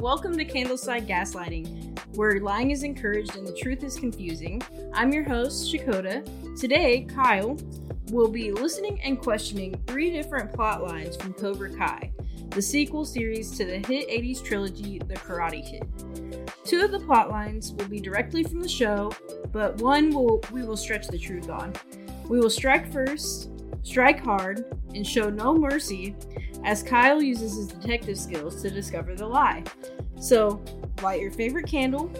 Welcome to Candleside Gaslighting, where lying is encouraged and the truth is confusing. I'm your host, Shakota. Today, Kyle will be listening and questioning three different plot lines from Cobra Kai, the sequel series to the hit 80s trilogy, The Karate Kid. Two of the plot lines will be directly from the show, but one will we will stretch the truth on. We will strike first, strike hard, and show no mercy as Kyle uses his detective skills to discover the lie. So, light your favorite candle,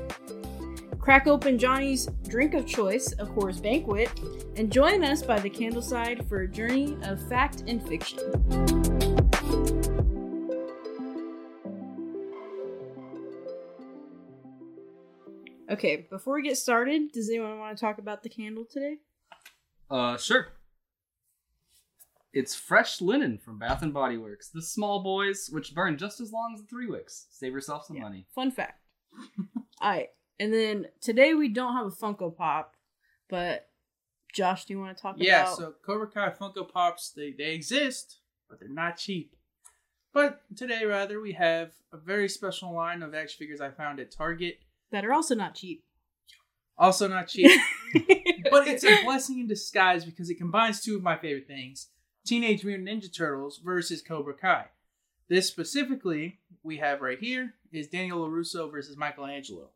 crack open Johnny's drink of choice, a Coors Banquet, and join us by the candleside for a journey of fact and fiction. Okay, before we get started, does anyone want to talk about the candle today? Uh, sure. It's fresh linen from Bath and Body Works. The small boys, which burn just as long as the three wicks. Save yourself some Yeah. money. Fun fact. All right. And then today we don't have a Funko Pop, but Josh, do you want to talk Yeah, about? so Cobra Kai Funko Pops, they, they exist, but they're not cheap. But today, rather, we have a very special line of action figures I found at Target. that are also not cheap. Also not cheap, but it's a blessing in disguise because it combines two of my favorite things Teenage Mutant Ninja Turtles versus Cobra Kai. This specifically we have right here is Daniel LaRusso versus Michelangelo.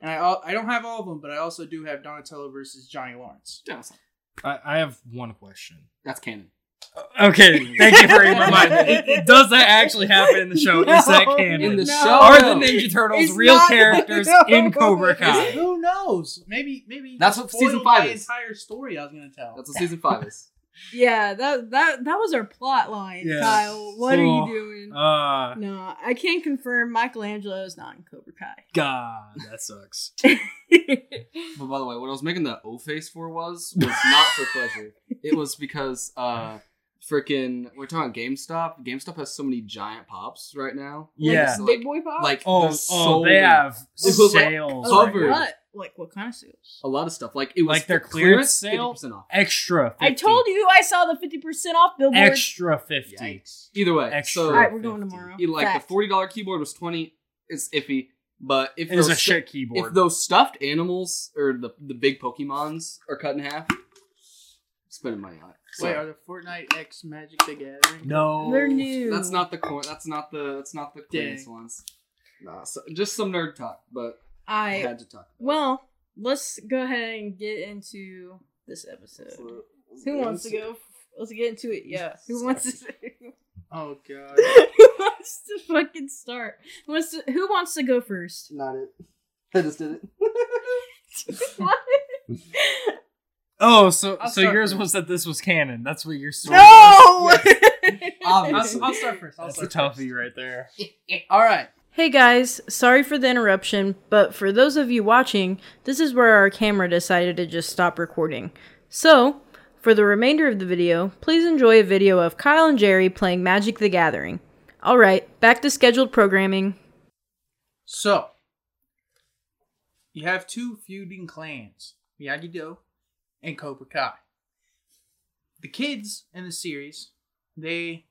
And I, al- I don't have all of them, but I also do have Donatello versus Johnny Lawrence. Johnson. I, I have one question. That's canon. Okay, thank you very much. It- it- Does that actually happen in the show? Is that No. canon? In the No. show, Are no. the Ninja Turtles It's real not- characters No. in Cobra Is Kai? Who knows? Maybe maybe That's you what season spoiled five my is. Entire story I was gonna tell. That's what season five is. yeah, that that that was our plot line, Yeah. Kyle. What are Oh. you doing? Uh, no, I can confirm Michelangelo is not in Cobra Kai. God, that sucks. But by the way, what I was making the O face for was was not for pleasure. It was because uh, freaking we're talking GameStop. GameStop has so many giant pops right now. Yeah. Like, Big boy pop. like Oh, they're oh, so they many. have It was like sales. Oh, covered. right now. what? Like what kind of sales? a lot of stuff. Like it was Like their clearance sale? 50% off. Extra. 50. I told you I saw the fifty percent off billboard. Extra fifty. Yikes. Either way, Extra. so All right, we're going 50. tomorrow. You like Fact. the forty dollar keyboard was twenty. It's iffy, but if It was those a stu- shit if keyboard. those stuffed animals or the the big Pokemons are cut in half, spending money on it. Wait, are So, the Fortnite X Magic the Gathering? no. They're new. that's not the core. That's not the. That's not the clearance Dang. ones. Nah, so, just some nerd talk, but I I had to talk. About Well, let's go ahead and get into this episode. it. So, Who wants to go? f- Let's get into it. Yeah. Who wants to? Oh god. who wants to fucking start? Who wants to? Who wants to go first? Not it. I just did it. What? Oh, so I'll so start yours first. was that this was canon. That's what your story. was. no. I'll, Obviously. I'll start first. I'll That's a start toughie right there. Eh, All right. Hey guys, sorry for the interruption, but for those of you watching, this is where our camera decided to just stop recording. So, for the remainder of the video, please enjoy a video of Kyle and Jerry playing Magic the Gathering. Alright, back to scheduled programming. So you have two feuding clans, Miyagi Do and Cobra Kai. The kids in the series, they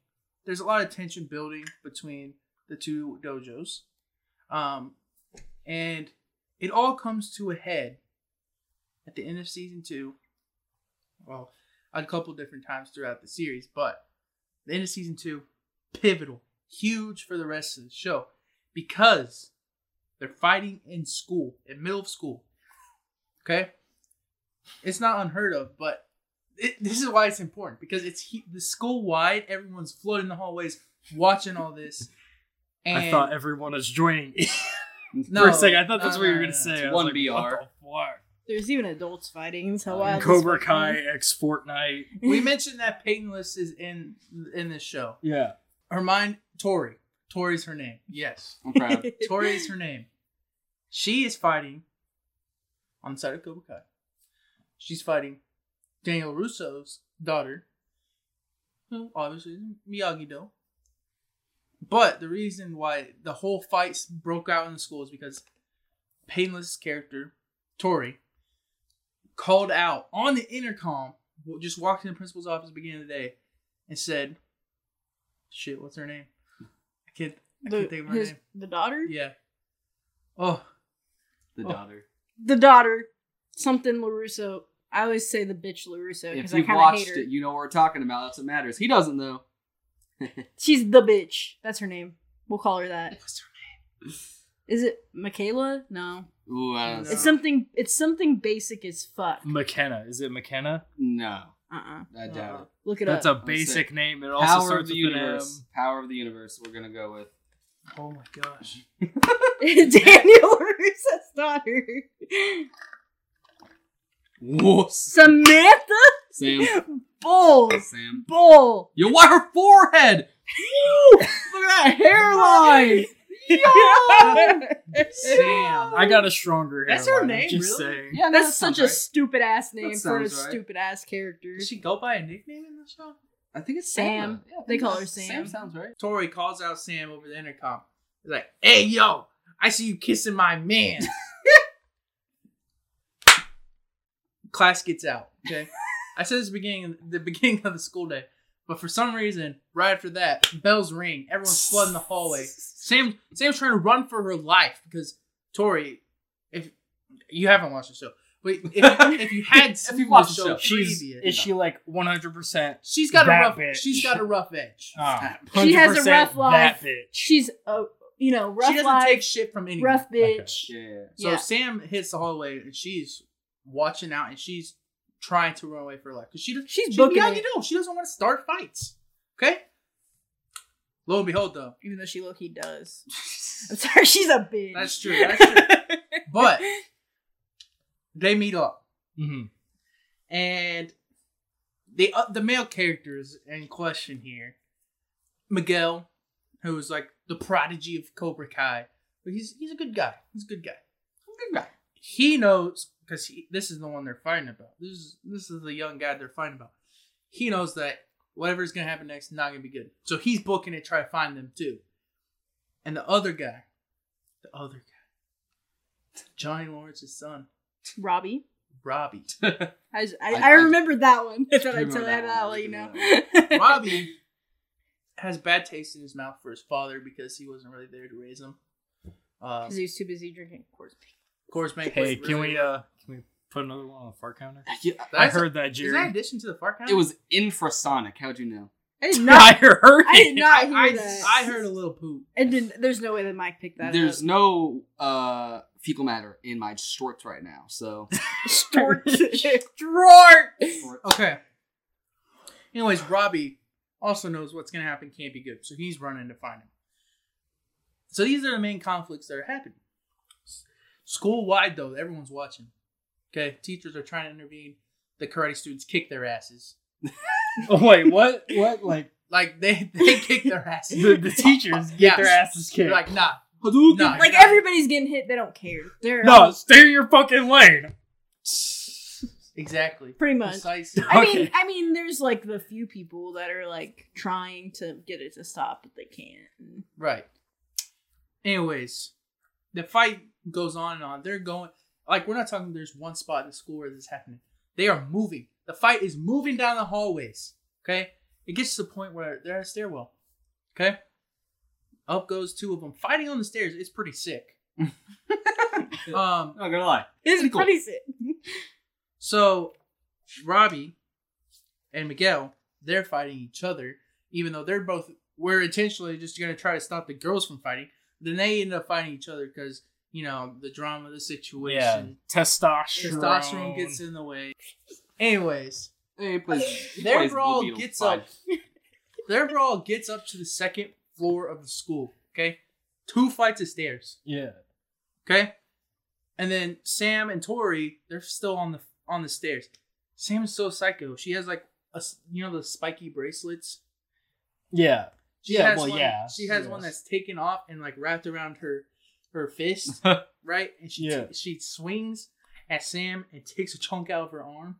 there's a lot of tension building between the two dojos. Um and it all comes to a head at the end of season two. Well, a couple different times throughout the series, but the end of season two, pivotal, huge for the rest of the show because they're fighting in school, in middle of school. Okay? It's not unheard of, but it, this is why it's important because it's he, the school wide, everyone's flooding the hallways watching all this. And I thought everyone was joining. No, for a second. I thought no, that's what you no, were no, gonna say. It's I was one like, BR. what There's even adults fighting, so the wild. fuck? Cobra Kai X Fortnite. we mentioned that Peyton List is in in this show. Yeah. Her mind, Tori. Tori's her name. Yes. I'm proud. Tori is her name. She is fighting on the side of Cobra Kai. She's fighting Daniel Russo's daughter, who obviously is Miyagi Do. But the reason why the whole fight broke out in the school is because Painless character, Tori, called out on the intercom, just walked in the principal's office at the beginning of the day, and said, Shit, what's her name? I can't. I The, can't think of her his- name. the daughter? Yeah. Oh, The Oh. daughter. The daughter, something LaRusso. I always say the bitch LaRusso If because I you've kind of hate watched her. it, you know what we're talking about. That's what matters. He doesn't though. She's the bitch. That's her name. We'll call her that. Is it Michaela? No. Ooh, I don't No. It's something. It's something basic as fuck. Uh McKenna. Is it McKenna? no. uh I doubt Uh, it. Look it That's up. a basic name. It also Power of starts the with universe. Power of the universe. We're gonna go with. oh my gosh. Daniel Russo's daughter. Wuss. Samantha Sam. Bowles. Sam. Bull. You want her forehead? Look at that hairline. Sam. an M. I got a stronger. That's her hairline, name, I'm just really? saying. Yeah, no, that That's such sounds a right. stupid ass name That for a sounds right. stupid ass character. Does she go by a nickname in the show? I think it's Sam. Sam. though. Yeah, I They think call that's- her Sam. Sam sounds right. Tori calls out Sam over the intercom. He's like, "Hey, yo, I see you kissing my man." Class gets out. Okay, I said this at the beginning, the beginning of the school day, but for some reason, right after that, bells ring. Everyone's flooding the hallway. Sam, Sam's trying to run for her life because Tori, if you haven't watched the show, but if, if you had seen you've watched the the show, show. She's previous, is she like 100 percent? she's got a that Ah. rough. bitch. She's got a rough edge. She has a rough life. That bitch. She's a you know rough she doesn't life, take shit from anyone. rough bitch. Yeah. So Yeah. Sam hits the hallway and she's watching out and she's trying to run away for her life because she does- She's she, booking yeah, it. you know, she doesn't want to start fights. Okay. Lo and behold, though, Even though she low key does. I'm sorry, she's a bitch. that's true. That's true. but they meet up Mhm. and the uh, the male characters in question here, Miguel, who is like the prodigy of Cobra Kai, but he's he's a good guy. He's a good guy. Good guy. he knows because he this is the one they're fighting about. This is this is the young guy they're fighting about. He knows that whatever's gonna happen next is not gonna be good. So he's booking it, try to find them too. And the other guy, the other guy, Johnny Lawrence's son, Robbie. Robbie. I, was- I, I- I I- remember that one. I thought do I'd remember tell that that one. out, I let do you know. Robbie has bad taste in his mouth for his father because he wasn't really there to raise him. Uh, Because he was too busy drinking Coors Coors Banquet. Hey, can really- we uh can we put another one on the fart counter? Yeah, I That's- heard that, Is that in Jerry. addition to the far count? It was infrasonic. How'd you know? I did I not. heard I did it. not I, hear I, that. I heard a little poop. And then, there's no way that Mike picked that There's up. no uh, fecal matter in my shorts right now, so Stork. Okay. Anyways, Robbie also knows what's going to happen can't be good, so he's running to find him. So these are the main conflicts that are happening. School wide, though, everyone's watching. Okay, teachers are trying to intervene. The karate students kick their asses. Oh wait, what? What? Like Like they they kick their asses. the, the teachers get Yeah. their asses They're kicked. like, nah, nah. like everybody's getting hit, they don't care. They're no, all- stay in your fucking lane. exactly. pretty much. Precisely. I mean, Okay. I mean, there's like the few people that are like trying to get it to stop, but they can't. Right. Anyways, the fight goes on and on. They're going like we're not talking there's one spot in the school where this is happening. They are moving. The fight is moving down the hallways. Okay? It gets to the point where they're at a stairwell. Okay? Up goes two of them. Fighting on the stairs is pretty sick. um not gonna lie. It's Pretty cool. pretty sick. so Robbie and Miguel, they're fighting each other, even though they're both were intentionally just gonna try to stop the girls from fighting. Then they end up fighting each other because, you know, the drama of the Yeah, situation. testosterone. Testosterone gets in the way. Anyways, Hey, please. Their please, brawl Beetle, gets fine. up. their brawl gets up to the second floor of the school. Okay? Two flights of stairs. Yeah. Okay. And then Sam and Tori, they're still on the on the stairs. Sam is so psycho. She has like a s- you know the spiky bracelets. Yeah. She Yeah, Has well, one, yeah, She has yes. one that's taken off and like wrapped around her her fist, right? And she Yeah. she swings at Sam and takes a chunk out of her arm.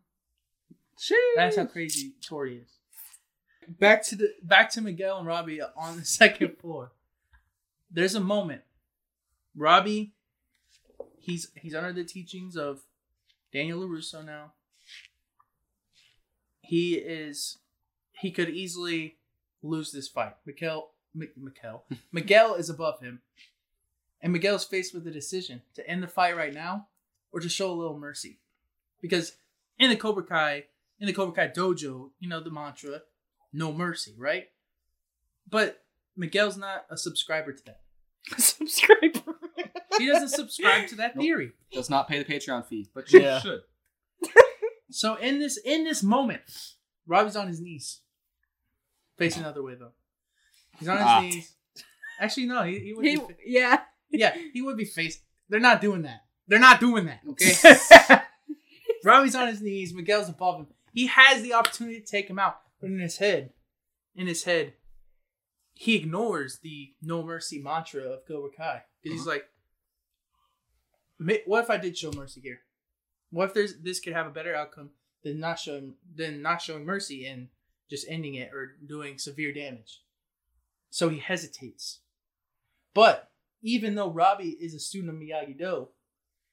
Sheesh. That's how crazy Tori is. Back to the back to Miguel and Robbie on the second floor. There's a moment. Robbie, he's he's under the teachings of Daniel Larusso now. He is he could easily lose this fight. Miguel M- Miguel. Miguel is above him, and Miguel's faced with a decision to end the fight right now or to show a little mercy, because in the Cobra Kai, in the Cobra Kai dojo, you know the mantra, "No mercy," right? But Miguel's not a subscriber to that. subscriber. He doesn't subscribe to that Nope. theory. Does not pay the Patreon fee, but you Yeah. should. So in this in this moment, Robbie's on his knees, facing the other way though. He's on his Ah. knees. Actually, no, he, he would. He, be fa- yeah. yeah, he would be facing. They're not doing that. They're not doing that. Okay. Robbie's on his knees. Miguel's above him. He has the opportunity to take him out, but in his head, in his head, he ignores the no mercy mantra of Cobra Kai because he's like, "Ma- "What if I did show mercy here? What if there's this could have a better outcome than not showing than not showing mercy and just ending it or doing severe damage?" So he hesitates, but even though Robbie is a student of Miyagi Do,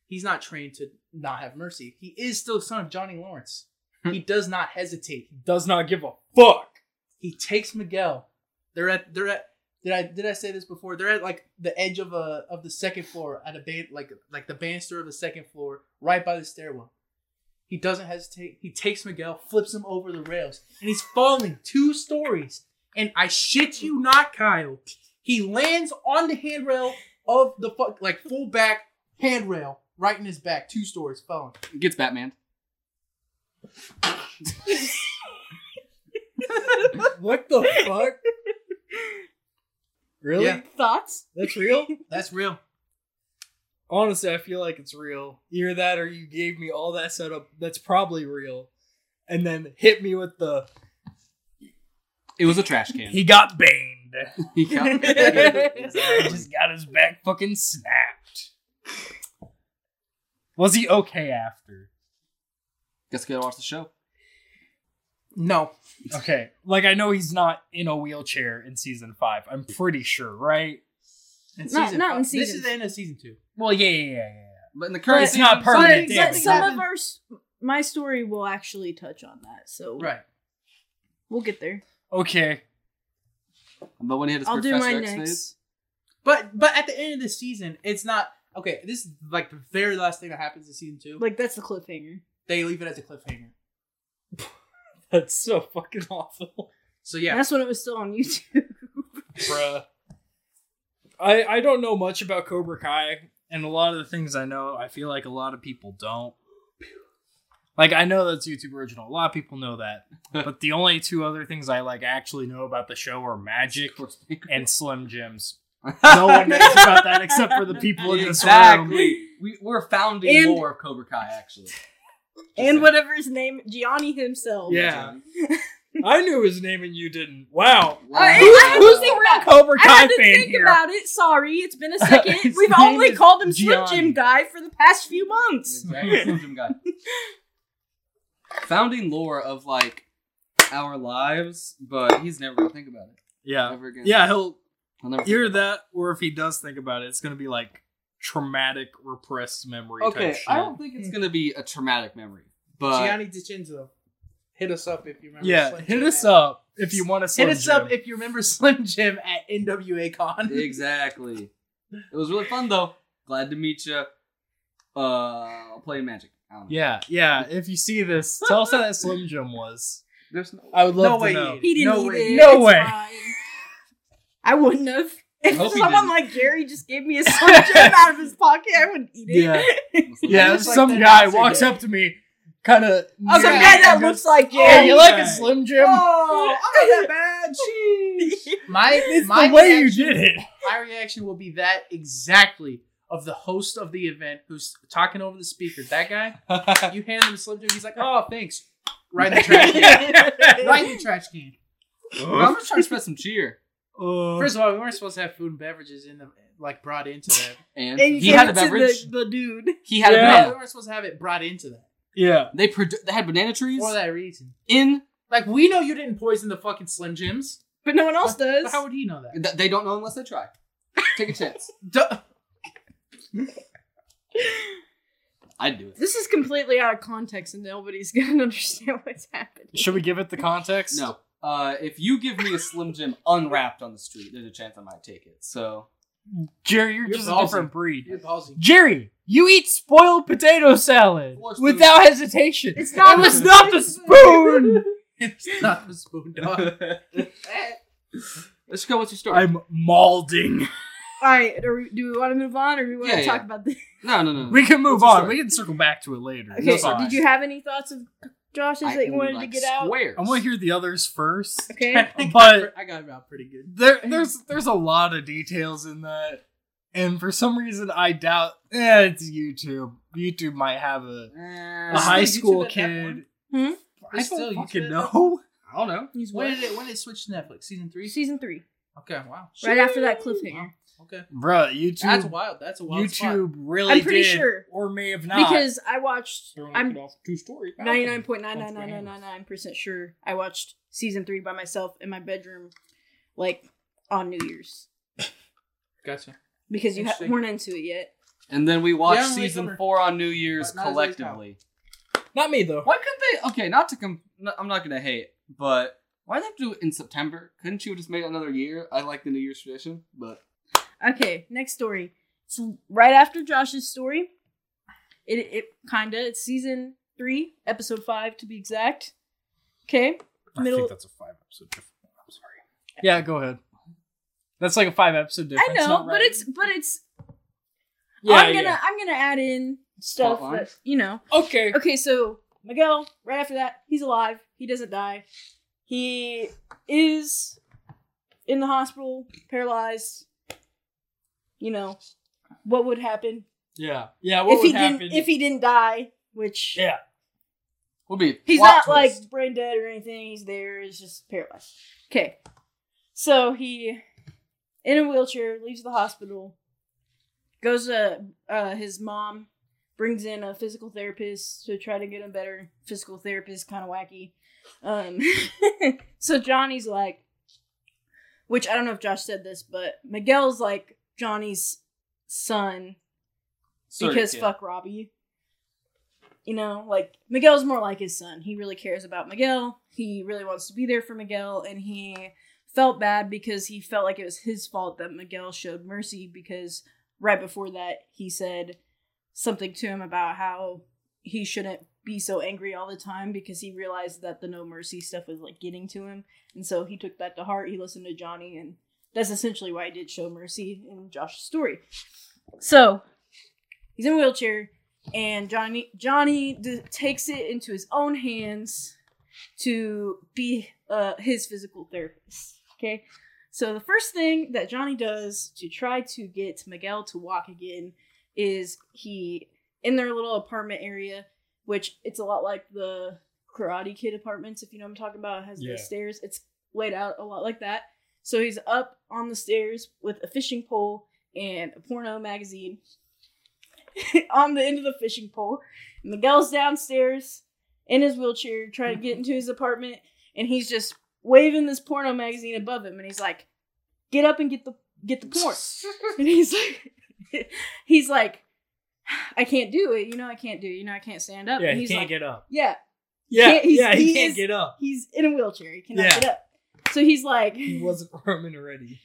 he's not trained to not have mercy. He is still son of Johnny Lawrence. He does not hesitate. Does not give a fuck. He takes Miguel. They're at they're at did I did I say this before? They're at like the edge of a of the second floor at a ban, like like the banister of the second floor, right by the stairwell. He doesn't hesitate. He takes Miguel, flips him over the rails, and he's falling two stories. And I shit you not, Kyle. He lands on the handrail of the fuck like full back handrail right in his back, two stories falling. Gets Batman. What the fuck? Really? Yeah. Thoughts? That's real? That's real. Honestly, I feel like it's real. Either that or you gave me all that setup that's probably real. And then hit me with the It was a trash can. got baned. He got- just got his back fucking snapped. Was he okay after? Guess we gotta watch the show. No. Okay. Like I know he's not in a wheelchair in season five. I'm pretty sure, right? In Not- not in five- This season. is the end of season two. Well, yeah, yeah, yeah, yeah. But in the current But- It's not season- permanent But- damage. but some damage. of our, s- my story will actually touch on that, so Right. we'll get there. Okay. But when he had his I'll do Professor mine X next. phase, But but at the end of the season, it's not okay. This is like the very last thing that happens in season two. Like that's the cliffhanger. they leave it as a cliffhanger. That's so fucking awful. So yeah, That's when it was still on YouTube. Bruh. I I don't know much about Cobra Kai, and a lot of the things I know, I feel like a lot of people don't. Like I know that's YouTube original. A lot of people know that. but the only two other things I like actually know about the show are magic of course, they- and Slim Jims. No one knows about that except for the people in this room. We, we're founding And- more of Cobra Kai, actually. and whatever his name, Gianni himself. Yeah. I knew his name and you didn't. Wow. Wow. Uh, I- Who- I- who's the real Cobra I Kai had to fan think here? about it. Sorry, it's been a second. His We've name only is called him Slim Gianni. Jim Guy for the past few months. Exactly, Slim Jim guy. Founding lore of like our lives, but he's never gonna think about it yeah. ever again. Yeah, he'll I'll never either think about that or if he does think about it, it's gonna be like traumatic repressed memory it. type Okay, shit. I don't think it's gonna be a traumatic memory, but Gianni DiCenzo, hit us up if you remember. yeah, Slim hit Jim us at- up if you want to Hit us up if you remember Slim Jim at NWA Con. exactly. It was really fun though. Glad to meet you. Uh, I'll play Magic. I don't know. yeah, yeah. If you see this, tell us how that Slim Jim was. There's no. I would love No to way know. you He didn't No eat way. it. No It's way. fine. I wouldn't have. If hope he someone didn't. like Gary just gave me a Slim Jim out of his pocket, I wouldn't eat it. Yeah. It Yeah, was if like some that guy boxer walks did. up to me, kind of. I was like, Yeah. man, that looks like yeah, Gary. you like a Yeah. Slim Jim? Oh, Oh, I'm not that bad. Jeez. My it's my the way reaction- you did it. my reaction will be that exactly of the host of the event who's talking over the speaker. That guy, Uh, you hand him a Slim Jim, he's like, "Oh, thanks." Right in the trash can. right in the trash can. I'm just trying to spread some cheer. Uh, First of all, we weren't supposed to have food and beverages in the like brought into that. And, and you he had a gave it to beverage. The, the dude. He had Yeah. a No, we banana. weren't supposed to have it brought into that yeah, They produ- they had banana trees for that reason. in. Like we know you didn't poison the fucking Slim Jims. But no one else does. But how would he know that? Th- They don't know unless they try. Take a chance. Duh. I'd do it. This is completely out of context and nobody's gonna understand what's happening. should we give it the context? No. Uh, if you give me a Slim Jim unwrapped on the street, there's a chance I might take it. So Jerry, you're, You're just a awesome. different breed. You're palsy. Jerry, you eat spoiled potato salad Forced food. without hesitation. It's not it was the- not the spoon. It's not the spoon dog. let's go. What's your story? I'm malding. All right, are we, do we want to move on, or do we want Yeah, to yeah. talk about this? No, no, no. no. We can move What's your on. story? We can circle back to it later. Okay, It's so fine. did you have any thoughts of Josh's I that you own, wanted to like, get out? Squares. I want to hear the others first. Okay. But- I got him out pretty good. There, there's there's a lot of details in that, and for some reason I doubt. Eh, it's YouTube. YouTube might have a, a Is high there YouTube school at that kid. Hmm? I There's still still YouTube fucking at that know. I don't know. He's When what? did it when did it switch to Netflix? Season three? Season three, Okay, wow. right after that cliffhanger, Okay. Bruh, YouTube. That's wild. That's a wild spot. YouTube really I'm pretty did, sure. or may have not. because I watched. I'm two story. ninety nine point nine nine nine nine nine nine percent sure I watched season three by myself in my bedroom, like on New Year's, Gotcha. because you ha- Interesting. weren't into it yet. And then we watched Yeah, I'm really season covered. four on New Year's But not as late as collectively. Not me though. Why couldn't they? Okay, not to. Com- no, I'm not gonna hate, but why they have to do it in September? Couldn't you have just made it another year? I like the New Year's tradition, but Okay, next story. It's right after Josh's story. It it kinda it's season three, episode five to be exact. Okay, middle. that's a five episode difference. I'm sorry. Yeah, go ahead. That's like a five episode difference. I know, not but right? it's but it's. yeah, I'm gonna yeah. I'm gonna add in stuff Plot that lines? you know. okay. Okay, so Miguel, right after that, he's alive. He doesn't die. He is in the hospital, paralyzed. You know what would happen Yeah, yeah. What if would he happen didn't if he didn't die? Which Yeah. would be. a he's plot not twist. like brain dead or anything. He's there. He's just paralyzed. Okay, so he in a wheelchair leaves the hospital. Goes to uh, his mom, brings in a physical therapist to try to get him better. Physical therapist kind of wacky. Um, so Johnny's like, which I don't know if Josh said this, but Miguel's like Johnny's son Sorry, because kid. fuck Robbie. You know, like Miguel's more like his son. He really cares about Miguel. He really wants to be there for Miguel, and he felt bad because he felt like it was his fault that Miguel showed mercy because right before that he said something to him about how he shouldn't be so angry all the time because he realized that the no mercy stuff was like getting to him. And so he took that to heart. He listened to Johnny and that's essentially why he did show mercy in Josh's story. So he's in a wheelchair and johnny johnny d- takes it into his own hands to be uh, his physical therapist okay so the first thing that johnny does to try to get miguel to walk again is he in their little apartment area which it's a lot like the karate kid apartments if you know what i'm talking about it has Yeah. the stairs it's laid out a lot like that so he's up on the stairs with a fishing pole and a porno magazine on the end of the fishing pole. Miguel's downstairs in his wheelchair trying to get into his apartment, and he's just waving this porno magazine above him, and he's like, "Get up and get the get the porn." and he's like, he's like, "I can't do it. You know, I can't do it. You know, I can't stand up." Yeah, and he he's can't like, get up. "Yeah, Yeah, Can't- he's- yeah, he, he can't is- get up. he's in a wheelchair. He cannot Yeah. get up." So he's like, He wasn't Roman already.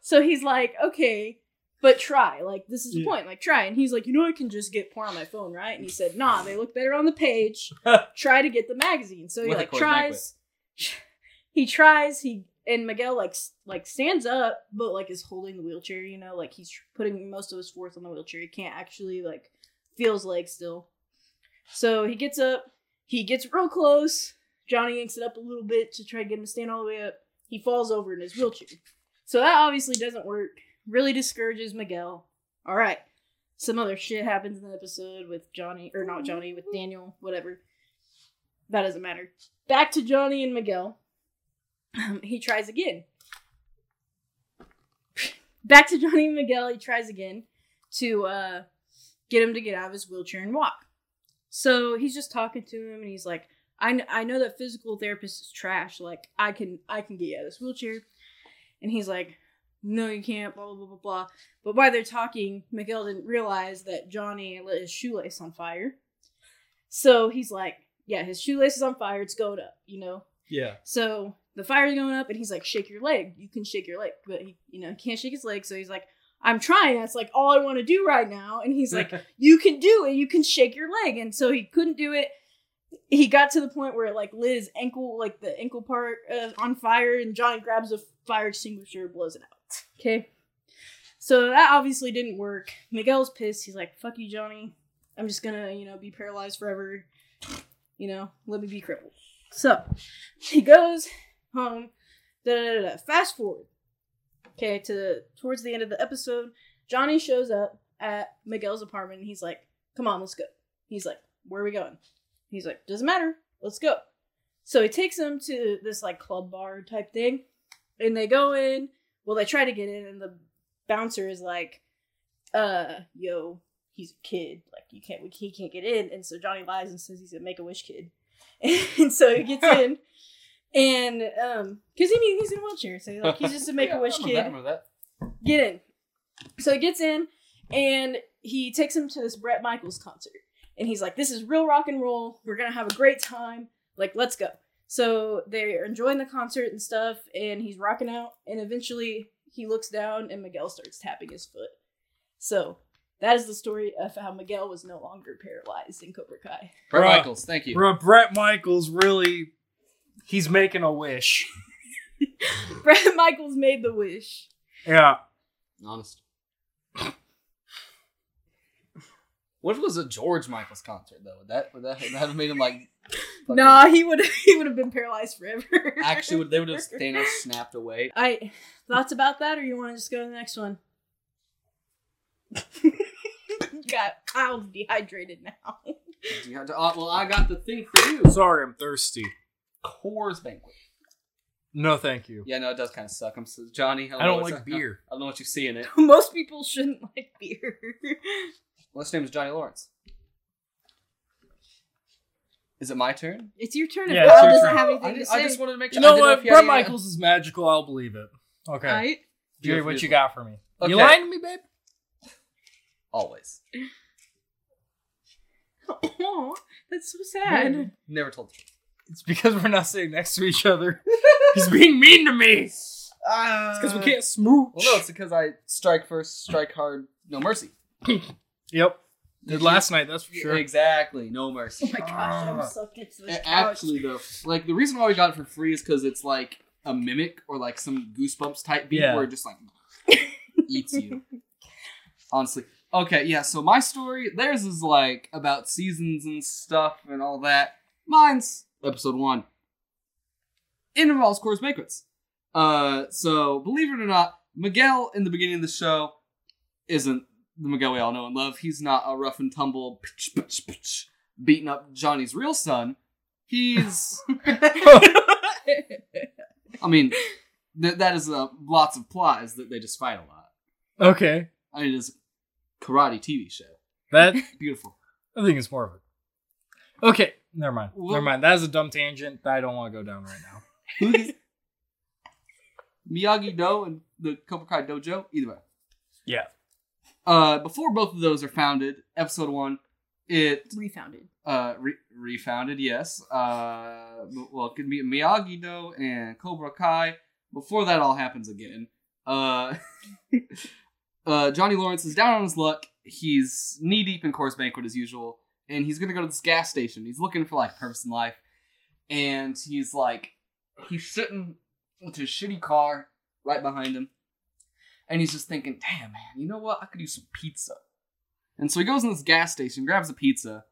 So he's like, okay, but try. Like, this is the Yeah. point. Like, try. And he's like, you know, I can just get porn on my phone, right? And he said, nah, they look better on the page. try to get the magazine. So he With a like cord tries. He tries. He and Miguel like s- like stands up, but like is holding the wheelchair. You know, like he's tr- putting most of his force on the wheelchair. He can't actually like feel his legs still. So he gets up. He gets real close. Johnny yanks it up a little bit to try to get him to stand all the way up. He falls over in his wheelchair. So that obviously doesn't work. Really discourages Miguel. All right. Some other shit happens in the episode with Johnny, or not Johnny, with Daniel, whatever. That doesn't matter. Back to Johnny and Miguel. Um, he tries again. Back to Johnny and Miguel. He tries again to uh, get him to get out of his wheelchair and walk. So he's just talking to him, and he's like, "I kn- I know that physical therapist is trash. Like I can I can get you out of this wheelchair." And he's like, "No, you can't." Blah blah blah blah blah. But while they're talking, Miguel didn't realize that Johnny lit his shoelace on fire. So he's like, yeah, his shoelace is on fire. It's going up, you know. Yeah. So the fire's going up, and he's like, "Shake your leg. You can shake your leg." But he, you know, he can't shake his leg, so he's like, "I'm trying. That's like all I want to do right now." And he's like, "You can do it. You can shake your leg." And so he couldn't do it. He got to the point where like lit his ankle, like the ankle part, uh, on fire, and Johnny grabs a fire extinguisher, and blows it out. Okay. So that obviously didn't work. Miguel's pissed. He's like, "Fuck you, Johnny. I'm just gonna, you know, be paralyzed forever. You know, let me be crippled." So he goes home. Da, da, da, da. Fast forward. Okay, to towards the end of the episode, Johnny shows up at Miguel's apartment and he's like, "Come on, let's go." He's like, "Where are we going?" He's like, "Doesn't matter. Let's go." So he takes him to this like club bar type thing, and they go in. Well, they try to get in, and the bouncer is like, "Uh, yo, he's a kid. Like, you can't. We, he can't get in." And so Johnny lies and says he's a Make a Wish kid, and so he gets in. And um, cause he mean, he's in a wheelchair, so like he's just a make a wish Yeah, I remember kid that, I remember that. get in. So he gets in, and he takes him to this Brett Michaels concert, and he's like, "This is real rock and roll. We're gonna have a great time. Like, let's go." So they're enjoying the concert and stuff, and he's rocking out. And eventually, he looks down, and Miguel starts tapping his foot. So that is the story of how Miguel was no longer paralyzed in Cobra Kai. Brett Bruh. Michaels, thank you. Bro, Brett Michaels really, he's making a wish. Brett Michaels made the wish. Yeah. Honest. What if it was a George Michaels concert though? Would that would that, would that have made him like? fucking- Nah, he would he would have been paralyzed forever. Actually, would they would have Thanos snapped away? I thoughts about that, or you want to just go to the next one? Got Kyle's dehydrated now. Do you have to- oh, well, I got the thing for you. Sorry, I'm thirsty. Coors Banquet. No, thank you. Yeah, no, it does kind of suck. I'm so, Johnny. I don't what's like up? beer. I don't know what you see in it. Most people shouldn't like beer. Well, his name is Johnny Lawrence. Is it my turn? It's your turn if Yeah, it's Kyle your doesn't turn. have I anything to just, say. I just wanted to make You sure. I know didn't what? if you had Brett any- Michaels is magical. I'll believe it. Okay. Right? Jerry, Beautiful, what you beautiful. got for me? You Okay. lying to me, babe? Always. Aw, that's so sad. Never told the truth. It's because we're not sitting next to each other. He's being mean to me. It's because we can't smooch. Uh, Well, no, it's because I strike first, strike hard, no mercy. Yep. Did Did last night, that's for sure. Exactly, no Oh mercy. my gosh, Ah. Uh. I'm sucked into this A- couch. Actually, though, like the reason why we got it for free is because it's like a mimic or like some goosebumps type beat Yeah. where it just like eats you. Honestly. Okay, yeah, so my story, theirs is like about seasons and stuff and all that. Mine's episode one. It involves Coors Banquets. Uh, so believe it or not, Miguel in the beginning of the show isn't the Miguel we all know and love. He's not a rough and tumble pitch, pitch, pitch, beating up Johnny's real son. He's, I mean, th- that is uh, lots of plot is that they just fight a lot. okay. I mean, it is a karate TV show. That Beautiful. I think it's more of it. Okay. Never mind. Well- Never mind. That is a dumb tangent that I don't want to go down right now. Miyagi Do and the Cobra Kai Dojo. Either way. Yeah. Uh, before both of those are founded, episode one, it Refounded. uh re- refounded. Yes. Uh, but- well, it could be Miyagi Do and Cobra Kai. Before that all happens again, uh, uh, Johnny Lawrence is down on his luck. He's knee deep in Course Banquet as usual, and he's gonna go to this gas station. He's looking for like purpose in life, and he's like, he's sitting with his shitty car right behind him, and he's just thinking, "Damn, man, you know what? I could use some pizza." And so he goes in this gas station, grabs a pizza,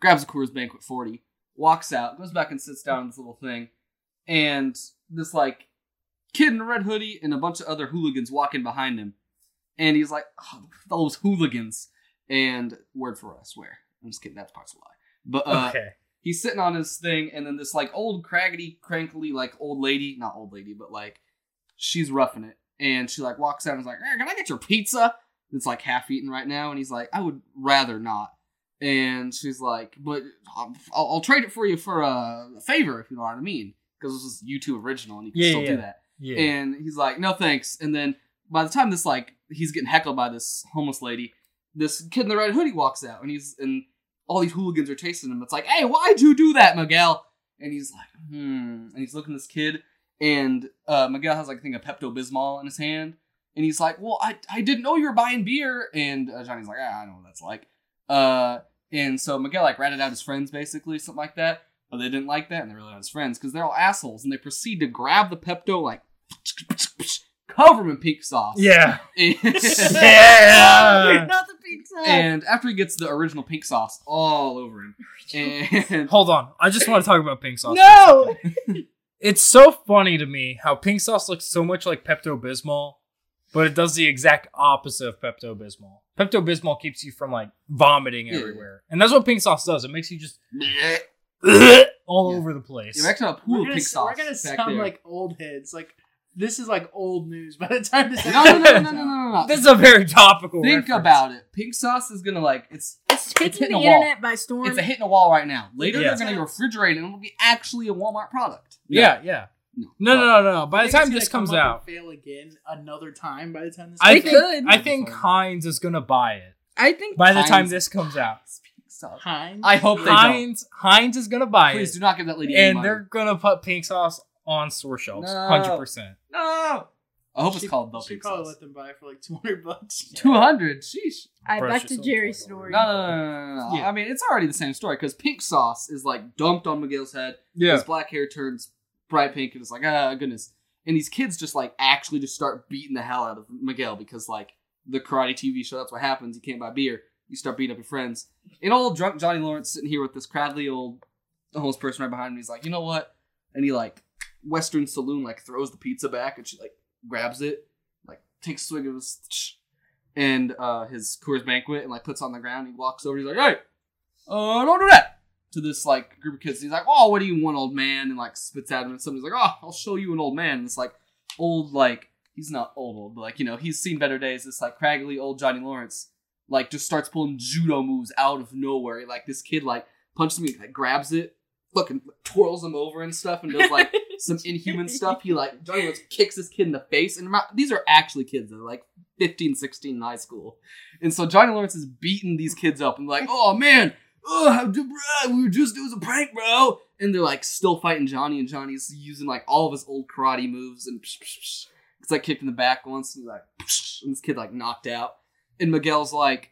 grabs a Coors Banquet 40, walks out, goes back and sits down in this little thing, and this like kid in a red hoodie and a bunch of other hooligans walk in behind him, and he's like, oh, "Those hooligans!" And word for word, I swear, I'm just kidding. That part's a lie. But uh, okay. he's sitting on his thing, and then this like old craggedy, crankly, like old lady, not old lady, but like she's roughing it, and she like walks out and is like, "Eh, "Can I get your pizza?" It's like half eaten right now, and he's like, "I would rather not." And she's like, "But I'll, I'll I'll trade it for you for a favor, if you know what I mean." Because this is YouTube original, and you can Yeah, still yeah. do that. Yeah. And he's like, "No thanks." And then by the time this like he's getting heckled by this homeless lady, this kid in the red hoodie walks out, and he's and all these hooligans are chasing him. It's like, hey, why'd you do that, Miguel? And he's like, hmm. And he's looking at this kid, and uh, Miguel has like I think a Pepto Bismol in his hand, and he's like, well, I I didn't know you were buying beer. And uh, Johnny's like, ah, I know what that's like. Uh, and so Miguel like ratted out his friends basically, something like that. But they didn't like that, and they ratted out his friends because they're all assholes, and they proceed to grab the Pepto like. Cover him in pink sauce. Yeah. And- "Ah!" yeah. Not the pizza. and after he gets the original pink sauce all over him, and Hold on. I just want to talk about pink sauce. no. It's so funny to me how pink sauce looks so much like Pepto Bismol, but it does the exact opposite of Pepto Bismol. Pepto Bismol keeps you from like vomiting Yeah. everywhere, and that's what pink sauce does. It makes you just all Yeah. over the place. you're actually a pool We're of gonna, pink s- sauce. we're gonna back sound there. like old heads. Like this is like old news by the time this. no, no, no, no, no, no, no, no. That's a very topical. Think reference. about it. Pink sauce is gonna like it's It's taking hitting the a wall. internet by storm. it's a hit in a wall right now. Later Yeah. they're gonna refrigerate it and it'll be actually a Walmart product. Yeah, yeah. No, no, no, no. no. By the time this comes out, fail again another time. By the time this, I They think could. I think Heinz is gonna buy it. I think By the time Heinz- this comes out, Pink sauce. Heinz. I hope they don't. Heinz Heinz is gonna buy Please do it, not give that lady any and money. they're gonna put pink sauce on store shelves, No. hundred percent. No. I hope it's She- called the She pink probably sauce. let them buy it for like two hundred bucks. Two hundred. Sheesh. I Brush back to yourself Jerry's twice over. story. No, no, no, no, no, no. Yeah. I mean, it's already the same story because pink sauce is like dumped on Miguel's head. His black hair turns bright pink, and it's like, ah, goodness. And these kids just like actually just start beating the hell out of Miguel because like the karate TV show. That's what happens. You can't buy beer. You start beating up your friends. And old drunk Johnny Lawrence sitting here with this cradly old homeless person right behind him. He's like, you know what? And he like Western Saloon like throws the pizza back, and she like grabs it, like takes a swig of his and uh, his Coors Banquet, and like puts it on the ground. He walks over. He's like, hey, uh, don't do that to this like group of kids. He's like, oh, what do you want, old man? And like spits at him, and somebody's like, oh, I'll show you an old man. And it's like old like he's not old old, but like you know he's seen better days. This like craggly old Johnny Lawrence like just starts pulling judo moves out of nowhere. Like this kid like punches me, like grabs it, fucking twirls him over and stuff, and does like some inhuman stuff. He like Johnny Lawrence kicks this kid in the face, and my- these are actually kids. They're like 15, 16 in high school, and so Johnny Lawrence is beating these kids up and like, oh man, oh how do- bruh, we were just it was a prank, bro. And they're like still fighting Johnny, and Johnny's using like all of his old karate moves and. Psh, psh, psh. It's like kicked in the back once, and he's like, "Psh," and this kid like knocked out. And Miguel's like,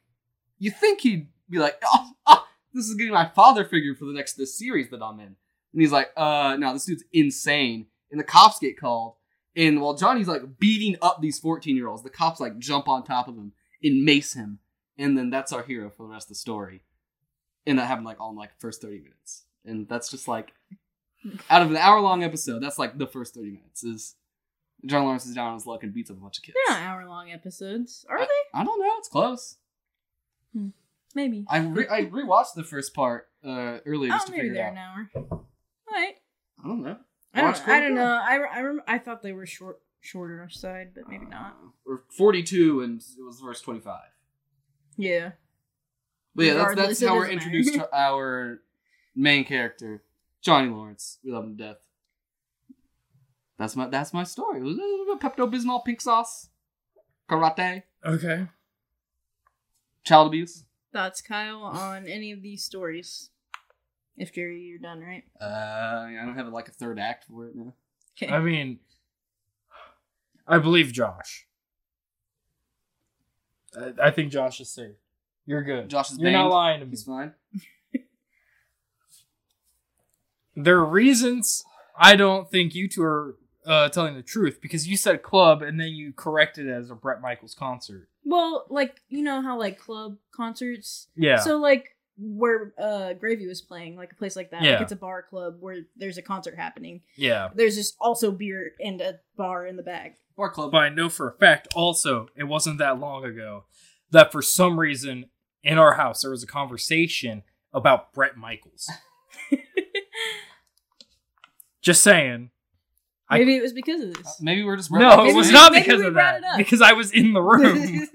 you think he'd be like, oh, oh, this is getting my father figure for the next this series that I'm in. And he's like, uh, no, this dude's insane. And the cops get called. And while Johnny's like beating up these 14 year olds, the cops like jump on top of him and mace him. And then that's our hero for the rest of the story. And that happened like all in like first 30 minutes. And that's just like out of an hour long episode, that's like the first 30 minutes is John Lawrence is down on his luck and beats up a bunch of kids. They're not hour long episodes, are they? I don't know, it's close. Maybe. I re- I rewatched the first part uh, earlier Oh, just to maybe figure it they're out. an hour. All right. I don't know. I don't, Watch I don't Cobra. know. I, re- I, rem- I thought they were short, shorter side, but maybe not. Uh, Or forty two, and it was verse twenty five. Yeah. But yeah, that's, Regardless, that's it how we're doesn't matter. introduced to our main character, Johnny Lawrence. We love him to death. That's my that's my story. Pepto Bismol, pink sauce, karate, Okay. child abuse. Thoughts, Kyle, on any of these stories? If Jerry, you're done, right? Uh, I don't have like a third act for it now. Okay. I mean, I believe Josh. I, I think Josh is safe. You're good. Josh is You're banged. not lying to me. He's fine. There are reasons I don't think you two are uh, telling the truth because you said club and then you corrected it as a Brett Michaels concert. Well, like, you know how, like, club concerts. Yeah. So, like, where uh, Gravy was playing, like a place like that. Yeah. Like, it's a bar club where there's a concert happening. yeah. There's just also beer and a bar in the back. Bar club. But I know for a fact also, it wasn't that long ago that for some reason in our house there was a conversation about Brett Michaels. Just saying. I- Maybe it was because of Uh, this. Maybe we're just No, it Maybe was we- not maybe because we of brought it that. up. Because I was in the room.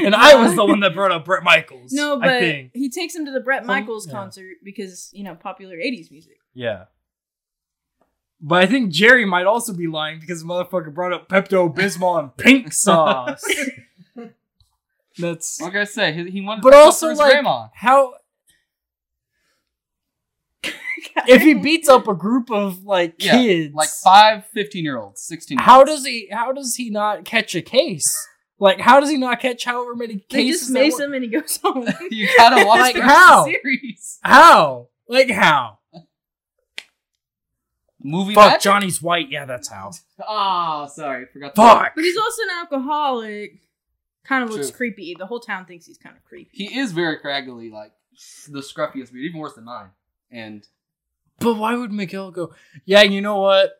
and I was the one that brought up Brett Michaels. No, I but think. he takes him to the Brett Some- Michaels yeah. concert because, you know, popular 80s music. Yeah. But I think Jerry might also be lying because the motherfucker brought up Pepto Bismol and pink sauce. That's Like I say, he, he wanted. But to cook also, for his like- grandma. how if he beats up a group of like Yeah, kids, like five 15 year olds, 16 year olds. how does he how does he not catch a case? Like how does he not catch however many They cases? just that mace were- him and he goes home. you gotta watch Like, the how? series. how? Like how? Movie Fuck, magic? Johnny's white. Yeah, that's how. Oh, sorry, forgot. the- Fuck. But he's also an alcoholic. Kind of looks True. creepy. The whole town thinks he's kind of creepy. He is very craggly, like the scruffiest beard, even worse than mine. And But why would Miguel go? Yeah, you know what?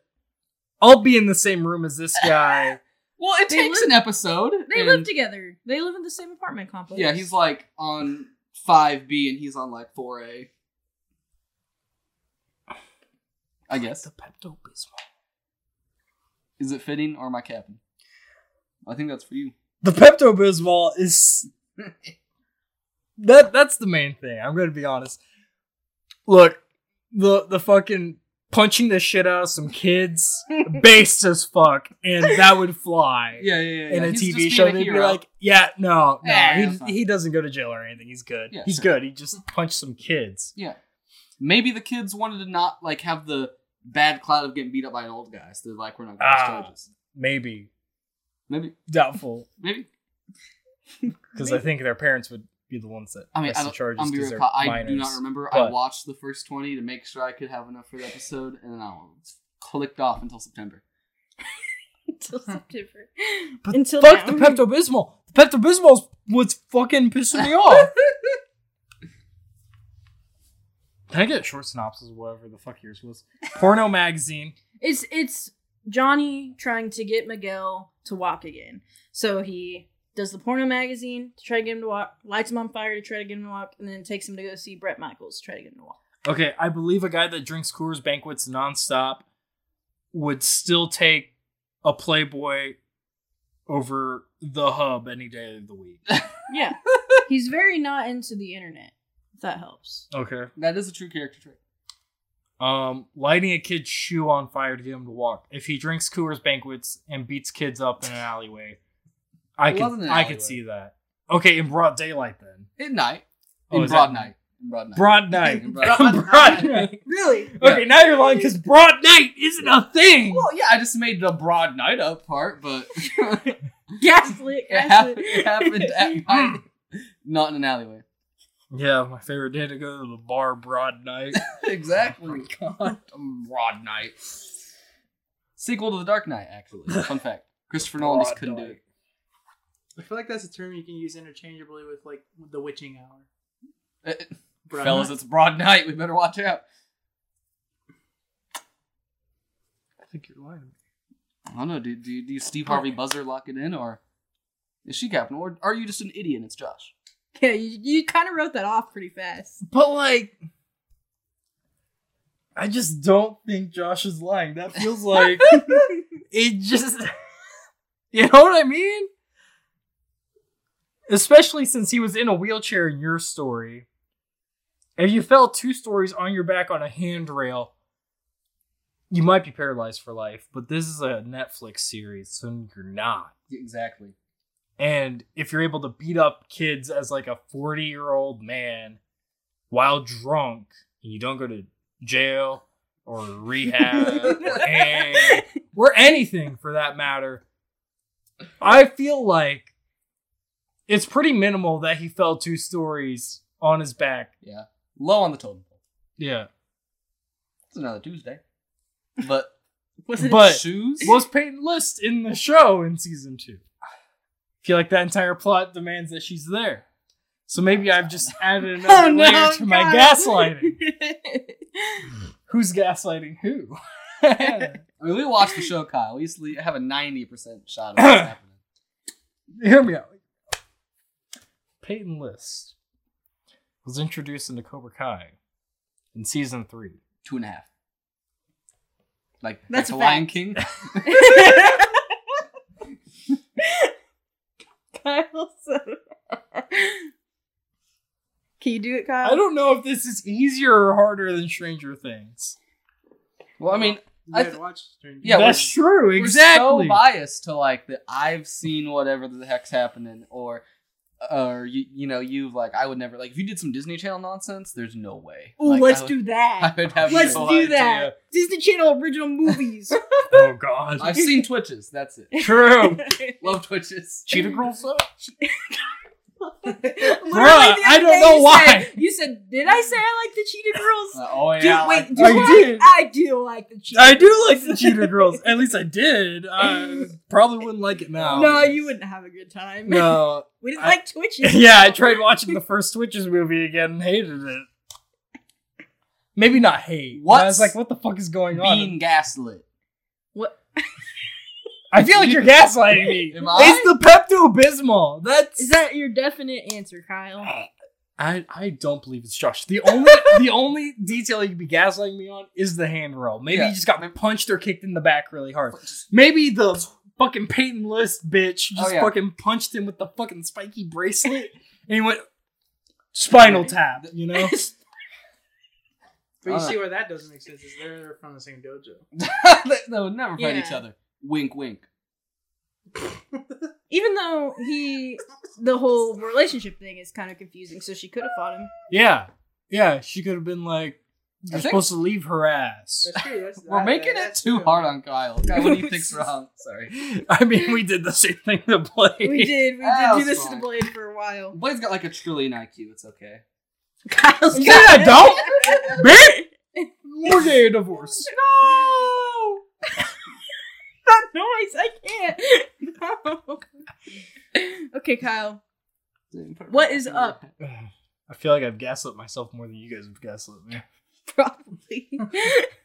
I'll be in the same room as this guy. well, it They takes live- an episode. They and- live together. They live in the same apartment complex. Yeah, he's like on five B and he's on like four A. I guess. the Pepto Bismol. Is it fitting or am I capping? I think that's for you. The Pepto Bismol is that that's the main thing. I'm gonna be honest. Look, the the fucking punching the shit out of some kids, based as fuck, and that would fly. Yeah, yeah, In a He's just TV being show, a they'd be hero. like, "Yeah, no, no, Eh, that's fine. he, he doesn't go to jail or anything. He's good. Yeah, He's sure. good. He just punched some kids." yeah. Maybe the kids wanted to not like have the bad cloud of getting beat up by an old guy, so they're like, we're not going to Ah. charges. Maybe Maybe, doubtful, maybe. because I think their parents would be the ones that I mean, press I the don't, charges I'm gonna be 'cause real they're pro- I do minors. not remember. I but- watched the first twenty to make sure I could have enough for the episode, and then I was clicked off until September. until September. hmm. But until Fuck the now. Pepto Bismol. The Pepto Bismol's what's fucking pissing me off. Can I get a short synopsis of whatever the fuck yours was? Porno magazine. It's it's Johnny trying to get Miguel to walk again. So he does the porno magazine to try to get him to walk, lights him on fire to try to get him to walk, and then takes him to go see Brett Michaels to try to get him to walk. Okay, I believe a guy that drinks Coors banquets nonstop would still take a Playboy over the hub any day of the week. Yeah. He's very not into the internet, if that helps. Okay. That is a true character trait. Um, lighting a kid's shoe on fire to get him to walk. If he drinks Coors banquets and beats kids up in an alleyway, I It wasn't could an I alleyway. could see that. Okay, in broad daylight then. At night, Oh, in is broad that- night, in broad night. Broad night. In broad- broad night. Really? Okay, now you're lying because broad night isn't a thing. well, yeah, I just made the broad night up part, but it, Gaslit, gaslit. happened, it happened at night, not in an alleyway. Yeah, my favorite day to go to the bar, broad night. exactly. God, broad night. Sequel to The Dark Knight, actually. Fun fact: Christopher Nolan just Broad couldn't do night. it. I feel like that's a term you can use interchangeably with like the witching hour. Eh, Broad Fellas, night. it's broad night. We better watch out. I think you're lying. I don't know. Do, do, do you Steve Harvey buzzer lock it in, or is she Captain, or are you just an idiot? and It's Josh. Yeah, you, you kind of wrote that off pretty fast. But like I just don't think Josh is lying. That feels like it just You know what I mean? Especially since he was in a wheelchair in your story. If you fell two stories on your back on a handrail, you might be paralyzed for life, but this is a Netflix series, so you're not. Exactly. And if you're able to beat up kids as like a 40 year old man while drunk, and you don't go to jail or rehab or, hang, or anything for that matter, I feel like it's pretty minimal that he fell two stories on his back. Yeah. Low on the totem pole. Yeah. It's another Tuesday. But Was it But- shoes. Was Peyton List in the show in season two? I feel like that entire plot demands that she's there. So maybe I've just added Oh, another layer to my Oh, God. gaslighting. who's gaslighting who? I mean, we watched the show, Kyle. We usually have a ninety percent shot of what's happening. Hear me out. Peyton List was introduced into Cobra Kai in season three. Two and a half. Like That's that's a like the Lion fact. King. Kyle said- Can you do it, Kyle? I don't know if this is easier or harder than Stranger Things. Well, I mean, You I gotta th- watch Stranger Yeah, Things. That's true. we're so Exactly. biased to like that. I've seen whatever the heck's happening, or or you, you know, you like I would never like if you did some Disney Channel nonsense. There's no way. Ooh, Like, I let's would- do that. I would have Let's no do idea. that. Disney Channel original movies. Oh God. I've seen Twitches. That's it. True. Love Twitches. Cheetah Girls. though? Literally Bruh, the other I don't day know you why. said- you said, "Did I say I like the Cheetah Girls?" Uh, oh Do- yeah. like- wait, do I I, did. I do like the Cheetah. I do like the Cheetah Girls. At least I did. I probably wouldn't like it now. No, you wouldn't have a good time. No. we didn't I- like Twitches. yeah, I tried watching the first Twitches movie again and hated it. Maybe not hate. but I was What's like, what the fuck is going on? being gaslit. What? I feel like you're gaslighting me. Am I? It's the Pepto Bismol. That's Is that your definite answer, Kyle? I, I don't believe it's Josh. The only the only detail you could be gaslighting me on is the hand roll. Maybe Yeah. he just got punched or kicked in the back really hard. Maybe the fucking Peyton List bitch just Oh, yeah. fucking punched him with the fucking spiky bracelet and he went spinal tap, you know? But you Uh. see why that doesn't exist is they're from the same dojo. they, they would never fight each Yeah. other. Wink, wink. Even though he, the whole relationship thing is kind of confusing, so she could have fought him. yeah. Yeah, she could have been like I you're think- supposed to leave her ass. That's true. That's, We're that- making it that's too true. hard on Kyle. Kyle, what do you think's wrong? Sorry. I mean, we did the same thing to Blade. We did, we That did do was this to fine. the blade for a while. Blade's got like a trillion IQ. It's okay. Kyle's Yeah, got- don't- Bitch! We're getting a divorce. No! that noise, I can't. No. Okay, Kyle. What is up? I feel like I've gaslit myself more than you guys have gaslit me. Probably.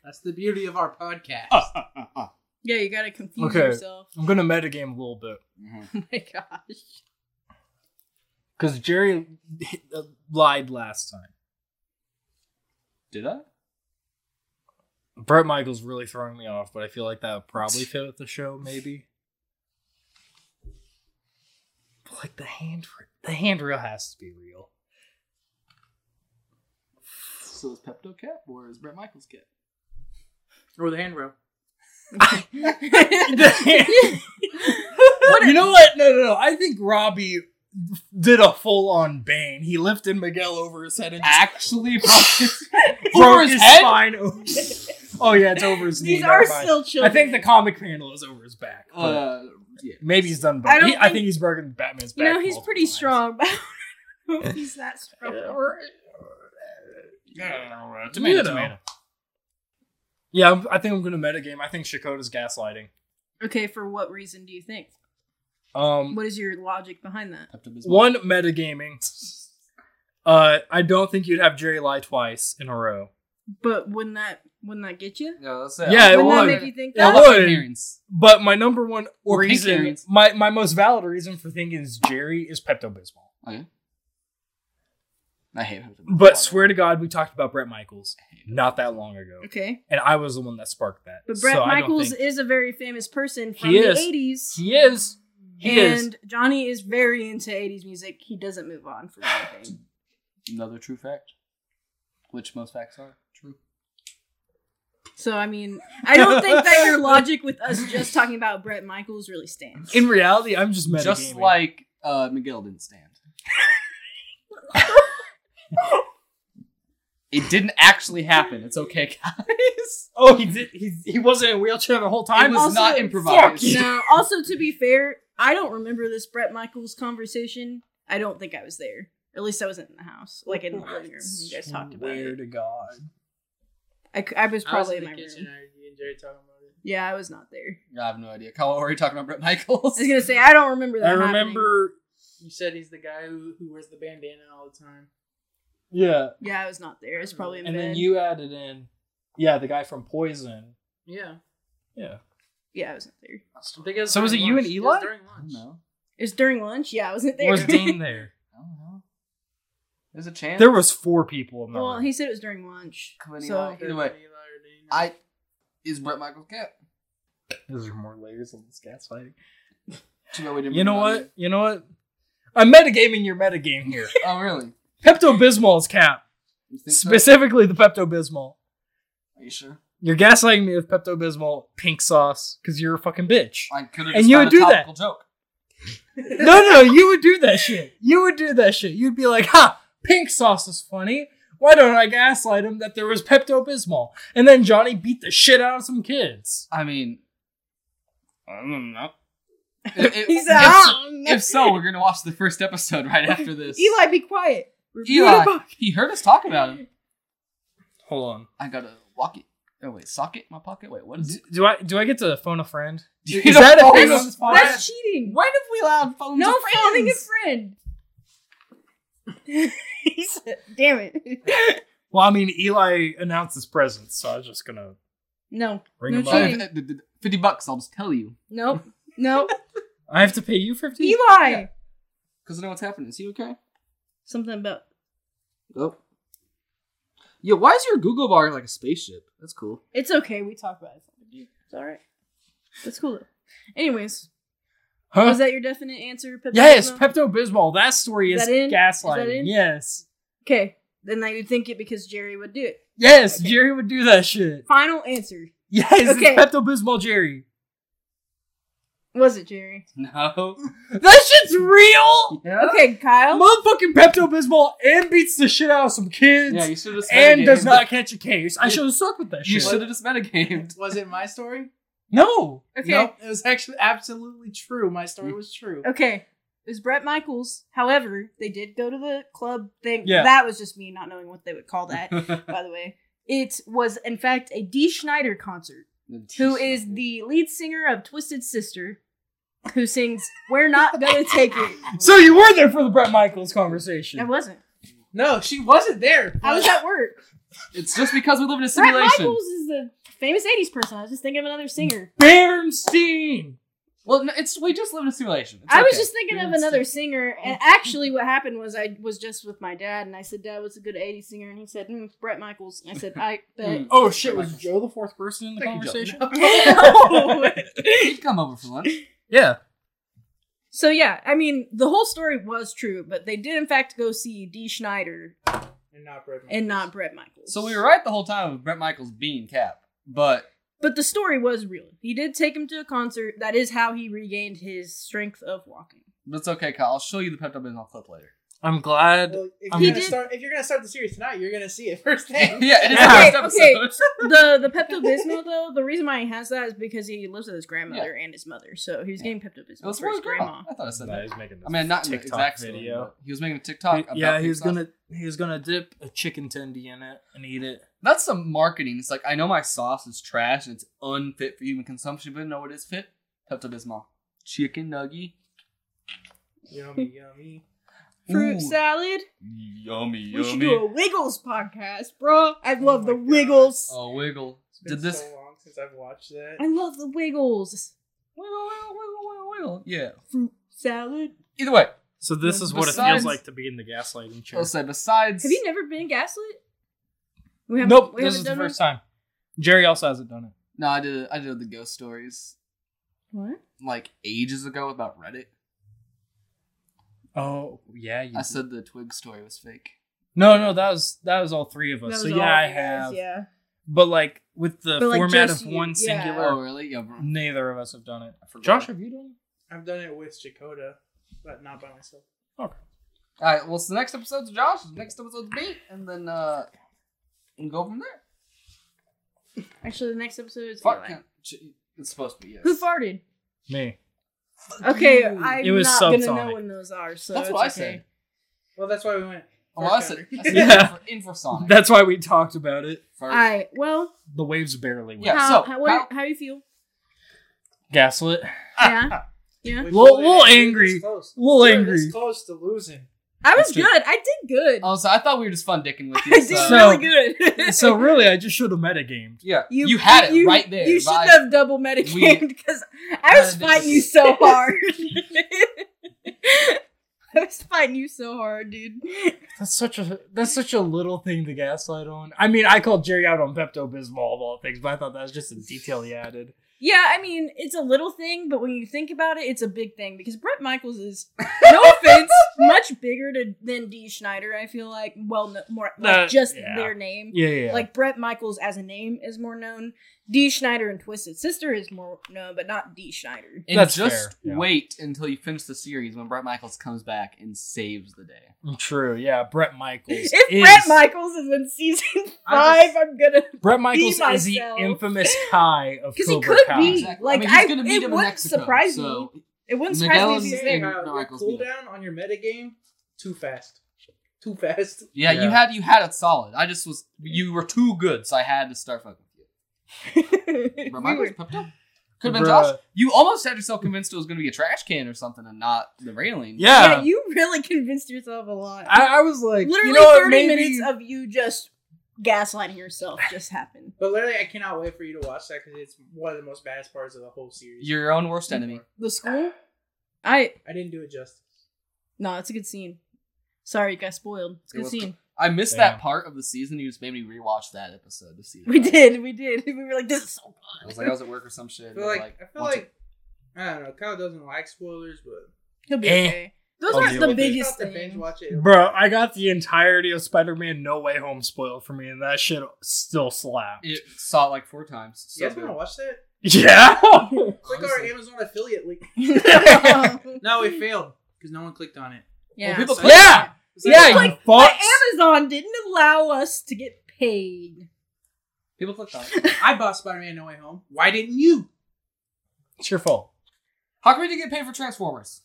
That's the beauty of our podcast. yeah, you gotta confuse Okay. yourself. I'm gonna metagame a little bit Mhm. Oh my gosh. because Jerry uh, lied last time. Did I? Brett Michaels really throwing me off, but I feel like that would probably fit with the show, maybe. But like the hand, the handrail has to be real. So is Pepto Cat or is Brett Michaels Cat? Or the hand row. you know what? No, no, no. I think Robbie did a full on bane. He lifted Miguel over his head and just Actually, broke broke his his head? spine. over- oh yeah, it's over his knee. These never are mind. still children. I think the comic panel is over his back. but Uh, yeah. maybe he's done. I I, don't he, I think- think he's broken Batman's You back. know, he's multiple pretty times. strong, but I don't know if he's that Uh, strong. or- Yeah. Tomato, tomato. Yeah, I'm, I think I'm gonna metagame. I think Shakota's gaslighting. Okay, for what reason do you think? Um, What is your logic behind that? Pepto-Bismol. one metagaming. Uh, I don't think you'd have Jerry lie twice in a row. But wouldn't that wouldn't that get you? Yeah, that's Yeah, it wouldn't would. that make you think It that? would. Hearings. But my number one Or pink reason, earrings. my, my most valid reason for thinking is Jerry is Pepto Bismol. Oh, I hate Pepto. But swear to God, we talked about Brett Michaels not that long ago, Okay. and I was the one that sparked that. But Brett So I don't Michaels think- is a very famous person from He the is. 80s. he is, he is. and Johnny is very into 80s music. He doesn't move on from anything. Another true fact, which most facts are true. So, I mean, I don't think that your logic with us just talking about Brett Michaels really stands. In reality, I'm just metagaming. Just like uh, Miguel didn't stand. it didn't actually happen. It's okay, guys. oh, he did. He, he wasn't in a wheelchair the whole It time. was also- not fuck improvised. you. Now, also to be fair, I don't remember this Brett Michaels conversation. I don't think I was there. At least I wasn't in the house, like in the living room. You guys talked about Swear it. to God. I, c- I was I was probably in in the my kitchen. room. I, you and Jerry talking about it. Yeah, I was not there. I have no idea. Kyle, what were you talking about, Brett I Michaels? was gonna say I don't remember that. I happening. remember. You said he's the guy who, who wears the bandana all the time. Yeah, Yeah, I was not there. It's probably in and bed. then you added in. Yeah, the guy from Poison. Yeah. Yeah. Yeah, I was not there. I think it So was during it you lunch. and It was Eli? during I don't lunch. know. It was during lunch. Yeah, I wasn't there. Was Dean there? I don't know. There's a chance. There was four people in the well, room. he said it was during lunch. Kalani So Lai. Either way, Either Eli or Dean. I is Brett Michaels cat. Those are more layers of this gaslighting. Too bad we didn't You bring know him on. what? You know what? I'm metagaming your metagame here. Oh really? Pepto Bismol's cap. You think so? Specifically the Pepto Bismol. Are you sure? You're gaslighting me with Pepto Bismol pink sauce because you're a fucking bitch. I could have And just you found would a do that. topical joke. no, no, you would do that shit. You would do that shit. You'd be like, ha, pink sauce is funny. Why don't I gaslight him that there was Pepto Bismol? And then Johnny beat the shit out of some kids. I mean, I don't know. If, if- He's if- like, "Ah, no." if so, we're gonna watch the first episode right after this. Eli, be quiet. We're Eli, doing a podcast. he heard us talk about him. Hold on. I got a walkie. Oh wait, socket in my pocket. Wait, what is Do, it? do I do I get to phone a friend? You is don't that a phone thing a on this friend? podcast? That's cheating. When have we allowed phones? No of phoning a friends? friend. he said, "Damn it, Well, I mean, Eli announced his presence, so I was just gonna no, ring No him Uh, cheating. up. if- uh, d- d- Fifty bucks. I'll just tell you nope, nope." I have to pay you fifty. Eli, because I know what's happening. Is he okay? something about Nope. Yeah, why is your Google bar like a spaceship? That's cool. it's okay. We talked about it. It's all right. That's cool though. Anyways, Huh? was that your definite answer? Pepto Yes, Bismol? Pepto Bismol. That story Is is, that in? Is that gaslighting. in? Yes, okay, then I would think it because Jerry would do it. yes, Okay. Jerry would do that shit. Final answer Yes, it's Okay. Pepto Bismol Jerry. was it Jerry? No. That shit's real. Yeah. Okay, Kyle. Motherfucking Pepto Bismol and beats the shit out of some kids Yeah, you should have. and does not catch a case. I You- should have sucked with that You shit. should have just metagamed. Was it my story? No. Okay, Nope, it was actually absolutely true. My Mm. story was true. okay. It was Brett Michaels. However, they did go to the club thing. Yeah. That was just me not knowing what they would call that. by the way. It was, in fact, a Dee Schneider concert, who is the lead singer of Twisted Sister, who sings We're Not Gonna Take It. So you were there for the Brett Michaels conversation. I wasn't. No, she wasn't there. I was at work. It's just because we live in a Brett simulation. Michaels is the famous 80s person. I was just thinking of another singer. Bernstein. Well, no, it's we just live in a simulation. It's I was okay. just thinking of It's- another singer, and actually, what happened was I was just with my dad, and I said, "Dad, what's a good '80s singer?" And he said, mm, "Brett Michaels." And I said, "I bet." Mm. Oh shit! Was Joe the fourth person in the Thank you, conversation? Joe. He'd come over for lunch. yeah. so yeah, I mean, the whole story was true, but they did in fact go see Dee Schneider And not Brett. and not Brett Michaels. So we were right the whole time with Brett Michaels being Cap, but But the story was real. He did take him to a concert. That is how he regained his strength of walking. that's okay, Kyle. I'll show you the Pepto Bismol clip later. I'm glad. Uh, Well, if, I'm you're gonna- gonna start, if you're gonna start the series tonight, you're gonna see it first yeah, thing. it is Okay, the first okay. episode. The the Pepto Bismol though, the reason why he has that is because he lives with his grandmother and his mother, so he was Yeah. getting Pepto It was Bismol for his grandma. grandma. I thought I said that. making I mean, not in the exact story, but he was making a TikTok. About yeah, he was Pixar. gonna he was gonna dip a chicken tendy in it and eat it. That's some marketing. It's like I know my sauce is trash and it's unfit for human consumption, but I know what is fit? Pepto Bismol, chicken nugget, yummy, yummy. Fruit Ooh. salad. yummy, We should do a yummy. Wiggles podcast, bro. Oh I love my the God. Wiggles. Oh, wiggle! It's been Did this? so long since I've watched that. I love the Wiggles. Wiggle, wiggle, wiggle, wiggle, wiggle. Yeah. Fruit salad. Either way, So this is what it Besides- feels like to be in the gaslighting chair. I'll say besides. Have you never been gaslit? We haven't- Nope, we this haven't is the done first time. Jerry also hasn't done it. No, I did. I did the ghost stories one? What? like ages ago about Reddit. Oh yeah, you I said the twig story was fake. no, no, that was that was all three of That us. was So all yeah, I you guys, have. Yeah. But like with the But, like, format just of you- one yeah. singular, Oh, really? Yeah, bro. neither of us have done it. I forgot. Josh, have you done? I've done it with Jacoda, but not by myself. All right. Well, so the next episode's Josh. The next episode's me, and then uh, and go from there. Actually, the next episode is. Fuck. Eli. can't- ch- It's supposed to be yes. Who farted? it? Me. Okay, you. I'm It was not gonna know subsonic. when those are. So That's it's what I okay. said. Well, that's why we went. Oh, I said, I said Yeah. infra- infrasonic. That's why we talked about it. First. All right. Well, The waves barely went. Yeah, how, so, how, what, how- how you feel? Gaslit. Yeah, yeah. We pulled Little- it. little We were angry. this close. Little We were angry. This close to losing. I was That's true. good. I did good. Also, Oh, I thought we were just fun dicking with I you. did Uh, So, So- really good. so really, I just should have metagamed. yeah, you, had it right there. You should by- have double medicated because I None was of this fighting is- you so hard. I was fighting you so hard, dude. That's such a that's such a little thing to gaslight on. I mean, I called Jerry out on Pepto Bismol of all things, but I thought that was just a detail he added. Yeah, I mean, it's a little thing, but when you think about it, it's a big thing because Brett Michaels is, no offense, much bigger to, than Dee Schneider. I feel like, well, no, more like That- just yeah. their name. Yeah, yeah. yeah. Like Brett Michaels as a name is more known. D. Schneider and Twisted Sister is more known, but not D. Schneider. And That's just fair, yeah. wait until you finish the series when Brett Michaels comes back and saves the day. True. Yeah. Brett Michaels. If is, Brett Michaels is in season I five, just- I'm gonna Brett Michaels is the myself. infamous Kai of because he Cobra could Kai. be like I mean, I. he's gonna meet it him in wouldn't Mexico, surprise so me. It wouldn't Miguel surprise me is- if he's Saying there. how your Michael's beat cooldown on your metagame too fast. Too fast. Yeah, you Yeah. had you had it solid. I just was you were too good, so I had to start fucking with you. Brett Michaels Weird. popped up. Could have been Bruh. Josh. You almost had yourself convinced it was gonna be a trash can or something and not the railing. Yeah. Yeah, you really convinced yourself a lot. I, I was like, Literally you know what, 30 maybe- minutes of you just gaslighting yourself just happened. But literally, I cannot wait for you to watch that because it's one of the most baddest parts of the whole series. Your own worst enemy. The school? I I didn't do it justice. no, it's a good scene. Sorry, it got spoiled. It's a It good was- scene. I missed Damn. that part of the season. You just made me rewatch that episode to see. that. We did, we did. We were like, this is so I good. was like, I was at work or some shit. I and feel they were like, I feel "Watch it." like I don't know. Kyle doesn't like spoilers, but He'll be Eh. okay. Those I'll aren't deal the with it. biggest Just have to binge things. watch it. Bro, I got the entirety of Spider-Man No Way Home spoiled for me, and that shit still slapped. it saw it like four times. You So guys want to good. watch that? yeah. It's like our Honestly. Amazon affiliate link. yeah. No, it failed because no one clicked on it. Well, people so- click- yeah. It's like- Yeah. You Like, But fucks. Amazon didn't allow us to get paid. People clicked on it. I bought Spider-Man No Way Home. Why didn't you? It's your fault. How come we didn't get paid for Transformers?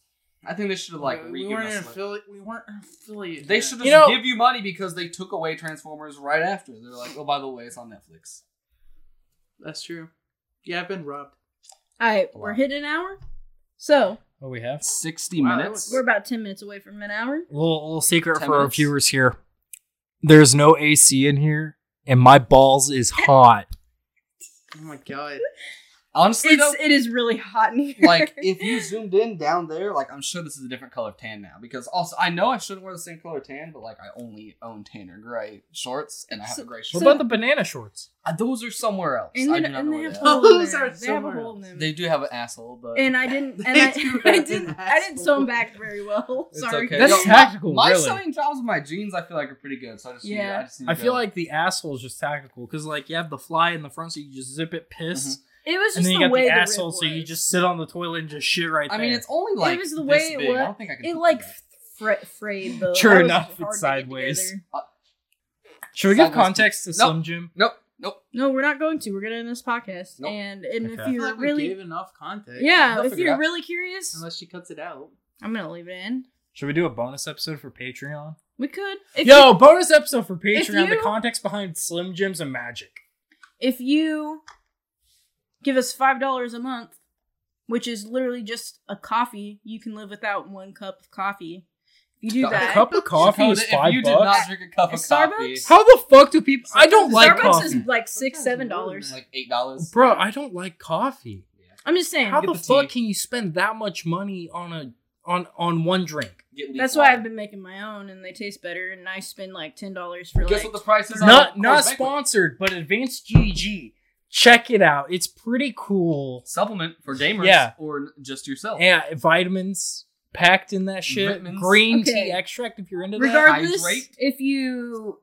I think they should have like re- we, weren't given an us, like- affiliate. We weren't an affiliate. They should have You know- give you money because they took away Transformers right after. They're like, oh, by the way, it's on Netflix. That's true. Yeah, I've been robbed. All right, we're Wow. hitting an hour. So What we have? Sixty Wow, minutes. we're about 10 minutes away from an hour. Little little secret Ten for our minutes. viewers here. There's no AC in here, and my balls is hot. Oh my god. Honestly, It's, though, it is really hot in here. like if you zoomed in down there, like I'm sure this is a different color of tan now because also I know I shouldn't wear the same color tan, but like I only own tan or gray shorts and I have So- a gray What shirt. so- about the banana shorts? Uh, Those are somewhere else. and I then do not and know they where have they hole are. holes in Those are them. They have a somewhere hole in them. They do have an asshole, but and I didn't. And They I, do I have didn't. an I didn't sew them asshole. back very well. It's Sorry. okay. That's Yo, tactical, my really. sewing jobs and my jeans, I feel like are pretty good. So I just need- Yeah. I, just need to I feel go. like the asshole is just tactical because, like, you have the fly in the front, so you just zip it, piss, It was just and then you the got way the the asshole, rib so you was. just sit on the toilet and just shit right I there. mean, it's only like was the this way it big. I wa- don't think I can. it put like that. fra- frayed though. Sure That was enough, hard to it's get sideways. together. Should we give Sideways context to piece. Slim Jim? nope, nope. No, we're not going to. We're gonna end this podcast. Nope. And and if Okay. I feel you're like we really gave enough context. yeah, They'll if figure you're it out. really curious, Unless she cuts it out. I'm gonna leave it in. Should we do a bonus episode for Patreon? We could. If Yo, you, bonus episode for Patreon. you- The context behind Slim Jims and magic. if you give us five dollars a month, which is literally just a coffee, you can live without one cup of coffee. If you do A that, A cup of coffee Dakota, is if five you did bucks. not drink a cup of Starbucks? coffee, How the fuck do people? I don't Starbucks like is coffee, like six, seven Sometimes it's more than dollars. that. like eight dollars. bro. I don't like coffee. I'm just saying. How Get the, the tea. fuck can you spend that much money on a on on one drink? That's why I've been making my own, and they taste better. And I spend like ten dollars for Guess like. what the price is? on Not Coors not Banquet? sponsored, but Advanced GG. Check it out. It's pretty cool. Supplement for gamers, Yeah. or just yourself. Yeah, vitamins packed in that shit. Vitamins. Green Okay. tea extract if you're into that. regardless, Hydrate. if you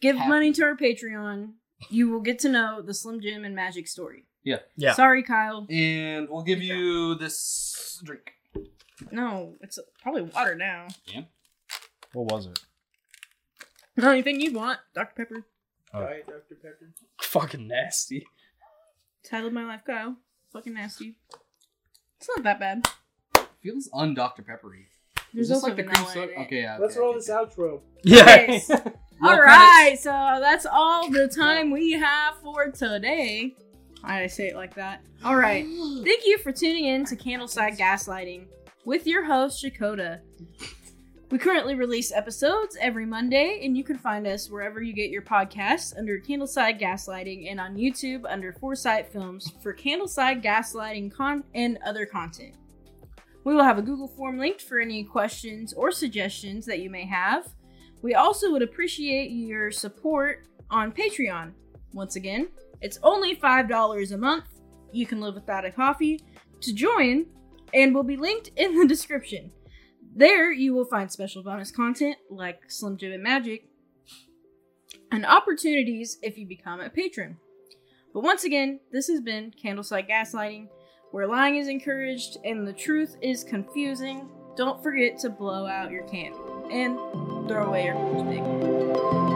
give Happy. money to our Patreon, you will get to know the Slim Jim and Magic story. Yeah. Sorry, Kyle. and we'll give you this drink. No, it's probably water now. What was it? No, anything you want, Dr. Pepper. Oh. Diet Dr. Pepper. Fucking nasty. Titled my life, Kyle. Fucking nasty. It's not that bad. Feels un Dr Peppery. There's is this also like the cream vanilla soda? in it. Okay, yeah. Let's okay, roll okay, this okay. outro. Yeah. Yes. Roll all credits. right, so that's all the time we have for today. I say it like that. All right. Thank you for tuning in to Candleside Gaslighting with your host, Dakota. We currently release episodes every Monday, and you can find us wherever you get your podcasts under Candleside Gaslighting and on YouTube under Foresight Films for Candleside Gaslighting con- and other content. We will have a Google form linked for any questions or suggestions that you may have. We also would appreciate your support on Patreon. Once again, it's only $5 a month. You can live without a coffee to join and will be linked in the description. There you will find special bonus content like Slim Jim and Magic and opportunities if you become a patron. But once again, this has been Candlesight Gaslighting, where lying is encouraged and the truth is confusing. Don't forget to blow out your candle and throw away your garbage bag.